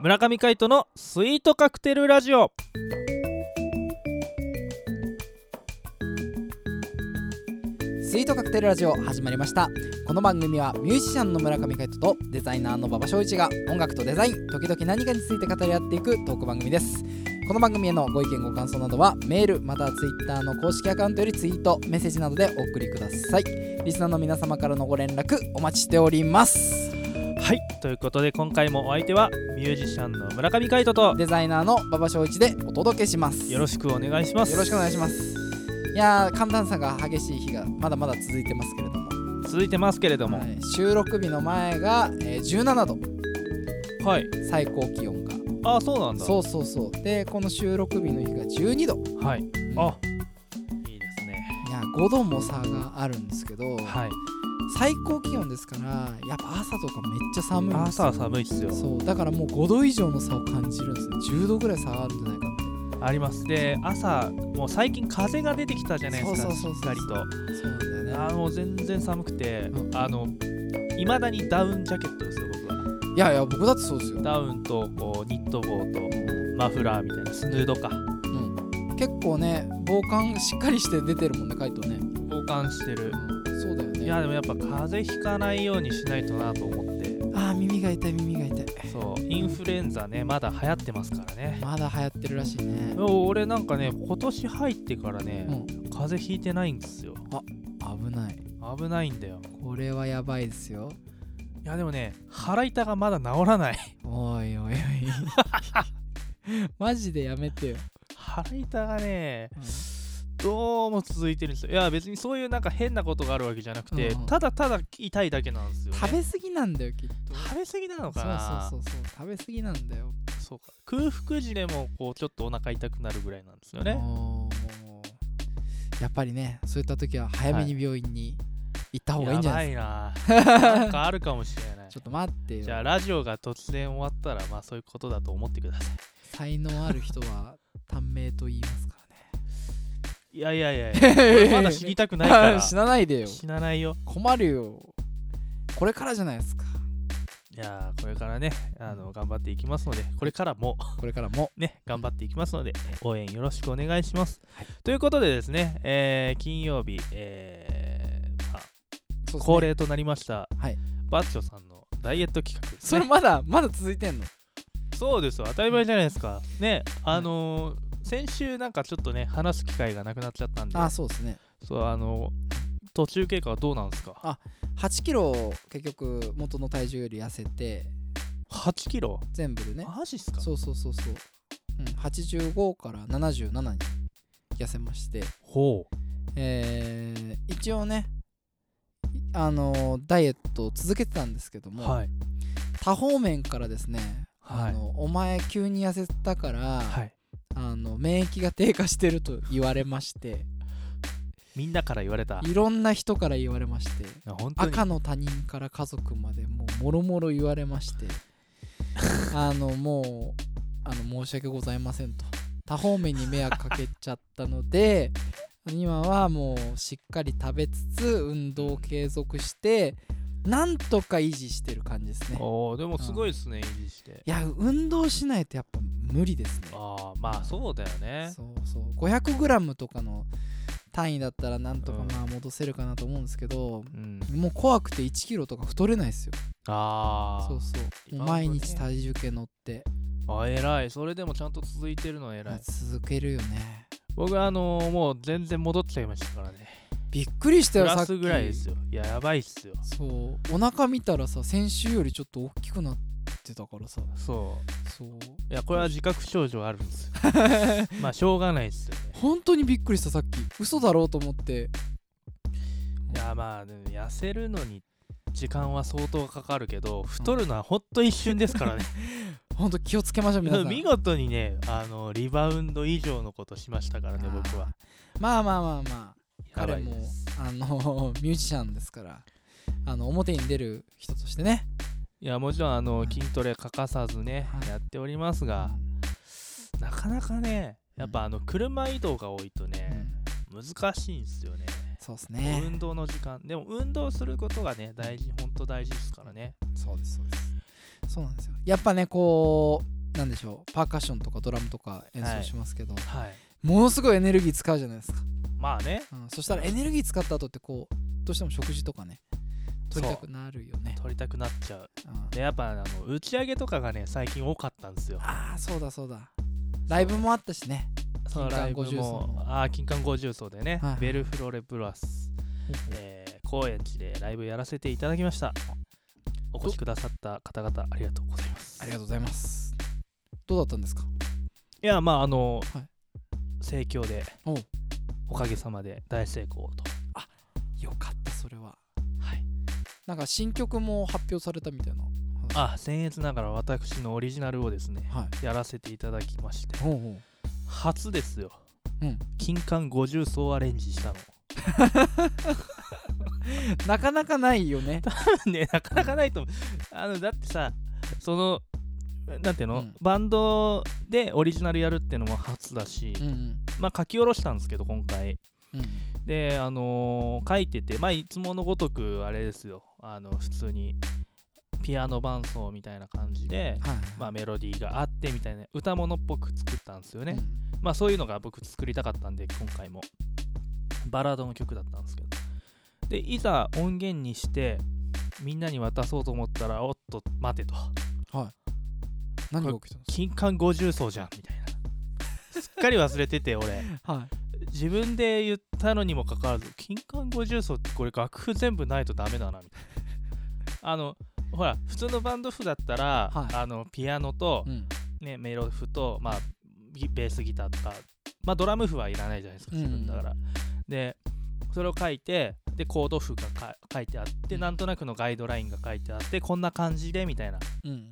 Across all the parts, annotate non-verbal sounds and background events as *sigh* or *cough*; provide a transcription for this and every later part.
村上海人のスイートカクテルラジオスイートカクテルラジオ始まりましたこの番組はミュージシャンの村上海人とデザイナーの馬場翔一が音楽とデザイン時々何かについて語り合っていくトーク番組ですこの番組へのご意見ご感想などはメールまたはツイッターの公式アカウントよりツイートメッセージなどでお送りくださいリスナーの皆様からのご連絡お待ちしておりますはいということで今回もお相手はミュージシャンの村上海人とデザイナーの馬場翔一でお届けしますよろしくお願いしますよろしくお願いしますいやー寒暖差が激しい日がまだまだ続いてますけれども続いてますけれどもはい収録日の前が、えー17度はい最高気温がああそうなんだそうそうそうでこの収録日の日が12度はいあいいですねいや5度も差があるんですけど、はい最高気温ですからやっぱ朝とかめっちゃ寒いんです朝よは寒いっすよそうだからもう5度以上の差を感じるんですね10度ぐらい差があるんじゃないかっありますで朝もう最近風が出てきたじゃないですかしそうそうそうそうっかりとてそうなんだよねあの全然寒くて、うんあのいまだにダウンジャケットですよ僕はいやいや僕だってそうですよ、ダウンとこうニット帽とマフラーみたいなスヌードかうん、結構ね防寒しっかりして出てるもんねカイトね、防寒してるうん、そうだよねいやでもやっぱ風邪ひかないようにしないとなと思ってあー耳が痛い耳が痛いそうインフルエンザねまだ流行ってますからねまだ流行ってるらしいね俺なんかね今年入ってからね、うん風邪ひいてないんですよ危ない危ないんだよこれはやばいですよいやでもね腹痛がまだ治らない *laughs* おい *laughs* おいおいマジでやめてよ、腹痛がねどうも続いてるんですよいや別にそういうなんか変なことがあるわけじゃなくて、うんうんただただ痛いだけなんですよ、ね、食べ過ぎなんだよきっと食べ過ぎなのかなそうそうそうそう食べ過ぎなんだよそうか空腹時でもこうちょっとお腹痛くなるぐらいなんですよねおーやっぱりねそういった時は早めに病院に行った方がいいんじゃないでやばいななんかあるかもしれないすかちょっと待ってじゃあよラジオが突然終わったらまあそういうことだと思ってくださ才能ある人は短命と言いますかいいやいやいやいや *laughs* らねまだ死にたくないか *laughs* ら死なないでよ死なないよ困るよこれからじゃないですかいやーこれからねあの頑張っていきますのでこれからもこれからもね、頑張っていきますので、応援よろしくお願いします。ということでですね、えー金曜日、えーまあそうですね恒例となりました、はいバッチョさんのダイエット企画ですそれね。まだまだ続いてんのそうですよ、当たり前じゃないですか。ね、あのー先週なんかちょっとね、話す機会がなくなっちゃったんで、あそうですねそう、あのー途中経過はどうなんですかあ8キロを結局元の体重より痩せて ?8 キロ全部でねマジっすかそうそうそうそう、うん、85から77に痩せましてほう。えー一応ねいあのーダイエットを続けてたんですけども、はい。多方面からですね、はいあのお前急に痩せたから、はい。あの免疫が低下してると言われましてみんなから言われた。いいろんな人から言われましてや本当に赤の他人から家族までもうもろもろ言われまして *laughs* あのもうあの申し訳ございませんと多方面に迷惑かけちゃったので今はもうしっかり食べつつ運動を継続してなんとか維持してる感じですねおーでもすごいですね、維持して。いや運動しないとやっぱ無理ですねああまあそうだよねそうそう 500g とかの単位だったらなんとかうんまあ戻せるかなと思うんですけど、うんもう怖くて 1kg とか太れないですよあそうそう今もうのとね毎日体重計乗ってああ偉いそれでもちゃんと続いてるのは偉い続けるよね僕あのーもう全然戻っちゃいましたからねびっくりしたプよさラっきスぐらいですよいややばいっすよそうお腹見たらさ先週よりちょっと大きくなってたからさそうそういやこれは自覚症状あるん *laughs* ですよまあしょうがないっすよね本当にびっくりしたさっき嘘だろうと思っていやまあでも痩せるのに時間は相当かかるけど太るのはほんと一瞬ですからね本当気をつけましょう皆さん *laughs* 見事にねあのリバウンド以上のことしましたからね僕はまあまあまあまあやば彼いもですあの *laughs* ミュージシャンですからあの表に出る人としてねいやもちろんあのはい筋トレ欠かさずね、はいやっておりますが、なかなかねやっぱあの車移動が多いとうんね、難しいんですよね、そうですね運動の時間でも運動することがね大事本当大事ですからねそうですそうですそうなんですよやっぱねこうなんでしょうパーカッションとかドラムとか演奏しますけど、はいものすごいエネルギー使うじゃないですか、まあねうん、そしたらエネルギー使った後ってこうどうしても食事とかね取りたくなるよね、取りたくなっちゃううんでやっぱあの打ち上げとかがね最近多かったんですよああそうだそうだライブもあったしねそのライブ金管50も層のあー金管50層でね、はいはいベルフロレプラス、えー、高円寺でライブやらせていただきましたお越しくださった方々ありがとうございますありがとうございますどうだったんですかいやまああの、はい盛況でおうおかげさまで大成功とよかったそれははいなんか新曲も発表されたみたいな話あ僭越ながら私のオリジナルをですねはいやらせていただきましてほうほう初ですよ、うん金管50層アレンジしたのなかなかないよ *laughs* ね。 *laughs* ねなかなかないと思うあのだってさそのなんていうの、うんバンドでオリジナルやるってのも初だし、うんうんまあ書き下ろしたんですけど今回うんであのー書いててまあいつものごとくあれですよあの普通にピアノ伴奏みたいな感じで、はいまあ、あメロディーがあってみたいな歌物っぽく作ったんですよね、まあそういうのが僕作りたかったんで今回もバラードの曲だったんですけどでいざ音源にしてみんなに渡そうと思ったらおっと待てと何が起きたんです金管50層じゃんみたいなすっかり忘れてて俺か。はい。自分で言ったのにもかかわらず金管50層ってこれ楽譜全部ないとダメだなみたいなあのほら普通のバンド譜だったら、はいあのピアノとう、んね、メロ譜と、まあ、ギベースギターとか、まあ、ドラム譜はいらないじゃないですかうん自分だから。でそれを書いてでコード譜がか書いてあって、うんなんとなくのガイドラインが書いてあってこんな感じでみたいなうん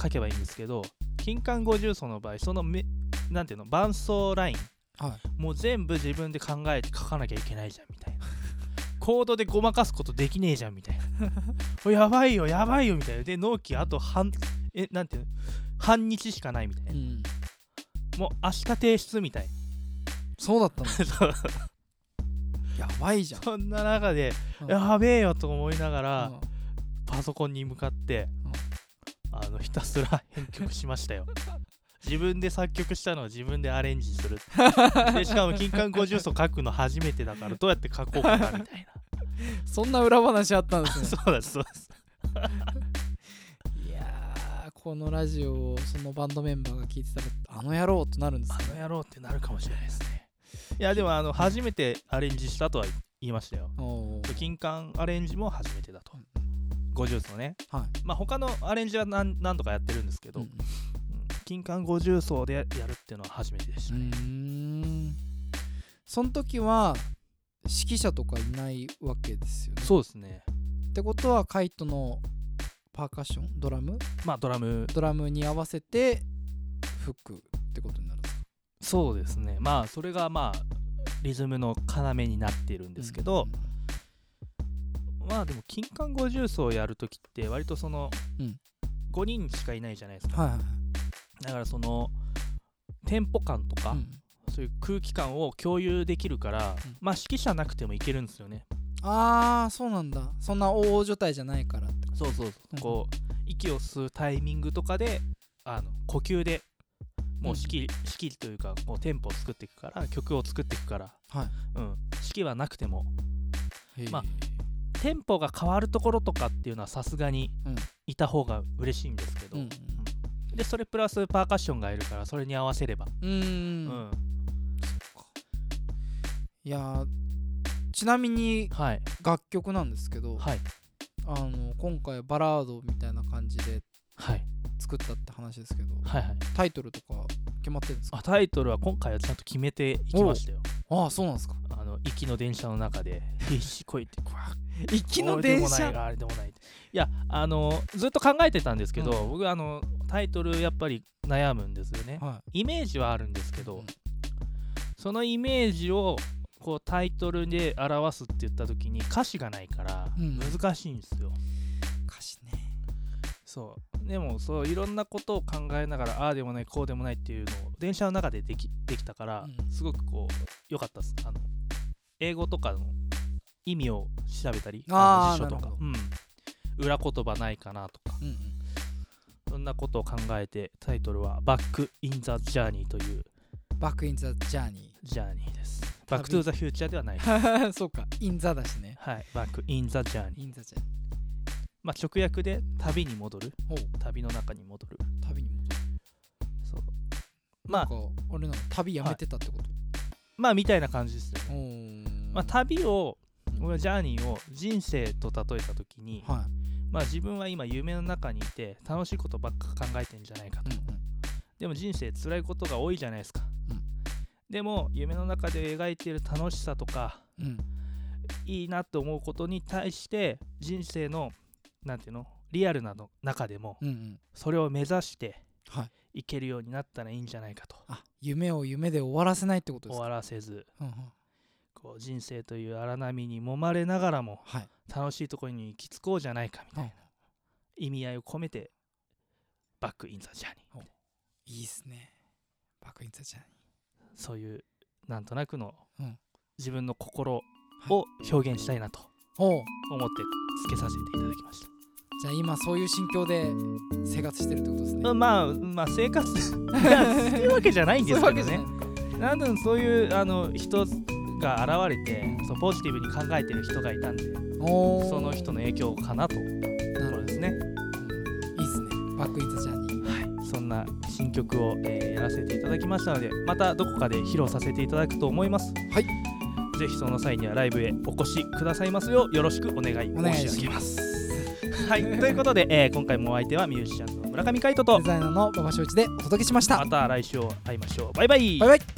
書けばいいんですけど金管50奏の場合そのめなんていうの伴奏ラインはい。もう全部自分で考えて書かなきゃいけないじゃんみ *laughs* たいなコードでごまかすことできねえじゃんみたいなおやばいよやばいよみたいなで納期あと半えなんていうの半日しかないみたいなうんもう明日提出みたいそうだ *laughs* ったの。な *laughs* そうやばいじゃん。そんな中でうんやべえよと思いながらうんパソコンに向かってあのひたすら編曲しました *laughs* よ自分で作曲したのを自分でアレンジ *laughs* するでしかも金管50奏書くの初めてだからどうやって書こうかなみたいそんな裏話あったんでな *laughs* すそね。うですそうですいやーこのラジオをそのバンドメンバーが聞いてたらあの野郎となるんですあのね。野郎ってなるかもしれないですねいやでもあの初めてアレンジしたとは言いましたよおー金管アレンジも初めてだと50奏ねはい。まあ他のアレンジは何何度かやってるんですけど、うんうん金管50層でやるっていうのは初めてでしうた、ーん。その時は指揮者とかいないわけですよね。そうですねってことはカイトのパーカッションドラムまあドラムドラムに合わせてフックってことになるんですかそうですねまあそれがまあリズムの要になっているんですけど、まあでも金管50層やるときって割とその、うん5人しかいないじゃないですかはいはいだからそのテンポ感とか、はい、そういう空気感を共有できるから、うんまあ指揮者なくてもいけるんですよねああそうなんだそんな大所帯じゃないからってそうそうそう、うんこう息を吸うタイミングとかであの呼吸でもう式、式というかこうテンポを作っていくから曲を作っていくから、はいうん、式はなくてもまあへえテンポが変わるところとかっていうのはさすがにうんいた方が嬉しいんですけど、うんうんでそれプラスパーカッションがいるからそれに合わせれば、うー、うんんいやーちなみにはい楽曲なんですけど、はいあの今回バラードみたいな感じではい作ったって話ですけどはいはいタイトルとか決まってるんですかあタイトルは今回はちゃんと決めていきましたよああそうなんですかあの行きの電車の中で *laughs* 必死こいてこわ行きの電車あれでもないあれでもないいやあのずっと考えてたんですけど、う僕あのタイトルやっぱり悩むんですよねはイメージはあるんですけど、うんそのイメージをこうタイトルで表すって言った時に歌詞がないからうん難しいんですよ、い歌詞ねそうでもそういろんなことを考えながらああでもないこうでもないっていうのを電車の中でできできたから、うんすごくこう良かったですあの英語とかの意味を調べたりあーの辞書とかなる、うん、裏言葉ないかなとかうんうんそんなことを考えてタイトルは「バック・イン・ザ・ジャーニー」というバックインザジャーニジャーニーです。バック・トゥ・ザ・フューチャーではない。ー *laughs* そうかインザだしねはい、バック・イン・ザ・ジャーニー。インザジャーニまあ、直訳で旅に戻る、ーほう旅の中に戻る。旅に戻るそうまなあんかあれなの旅やめてたってこと、まあみたいな感じですよね。おーまあ、旅をうん俺はジャーニーを人生と例えた時に、はまあ、自分は今夢の中にいて楽しいことばっか考えてんじゃないかい、と、うんうん、でも人生辛いことが多いじゃないですか、うんでも夢の中で描いている楽しさとかうん、いいなと思うことに対して人生のなんていうのリアルなの中でもうん、うん、それを目指してはい。いけるようになったらいいんじゃないかとあ、夢を夢で終わらせないってことで終すか。わらせずうんうん、こう人生という荒波に揉まれながらもはい。楽しいところに行き着こうじゃないかみたいなはい意味合いを込めてバックインザジャーニーみたいいいっすね。バックインザジャーニなそういうなんとなくのうん自分の心を表現したいなとー。おう思ってつけさせていただきました、じゃあ今そういう心境で生活してるってことですね。まあまあまあ生 *laughs* 活いやっていうわけじゃないんですけどそういうねわけじゃないなんでそういうあの人が現れてそうポジティブに考えてる人がいたんでおーその人の影響かなというとなこるろほですねど。いいっすね。バックインザジャーニー。はい、そんな新曲を、えーやらせていただきましたのでまたどこかで披露させていただくと思いますはいぜひその際にはライブへお越しくださいますようよろしくお願いお願い申し上しげま。ますすはいということで、えー今回もお相手はミュージシャンの村上海人とデザイナーの馬場正一でお届けしました。また来週会いましょうバイバイバイバイ。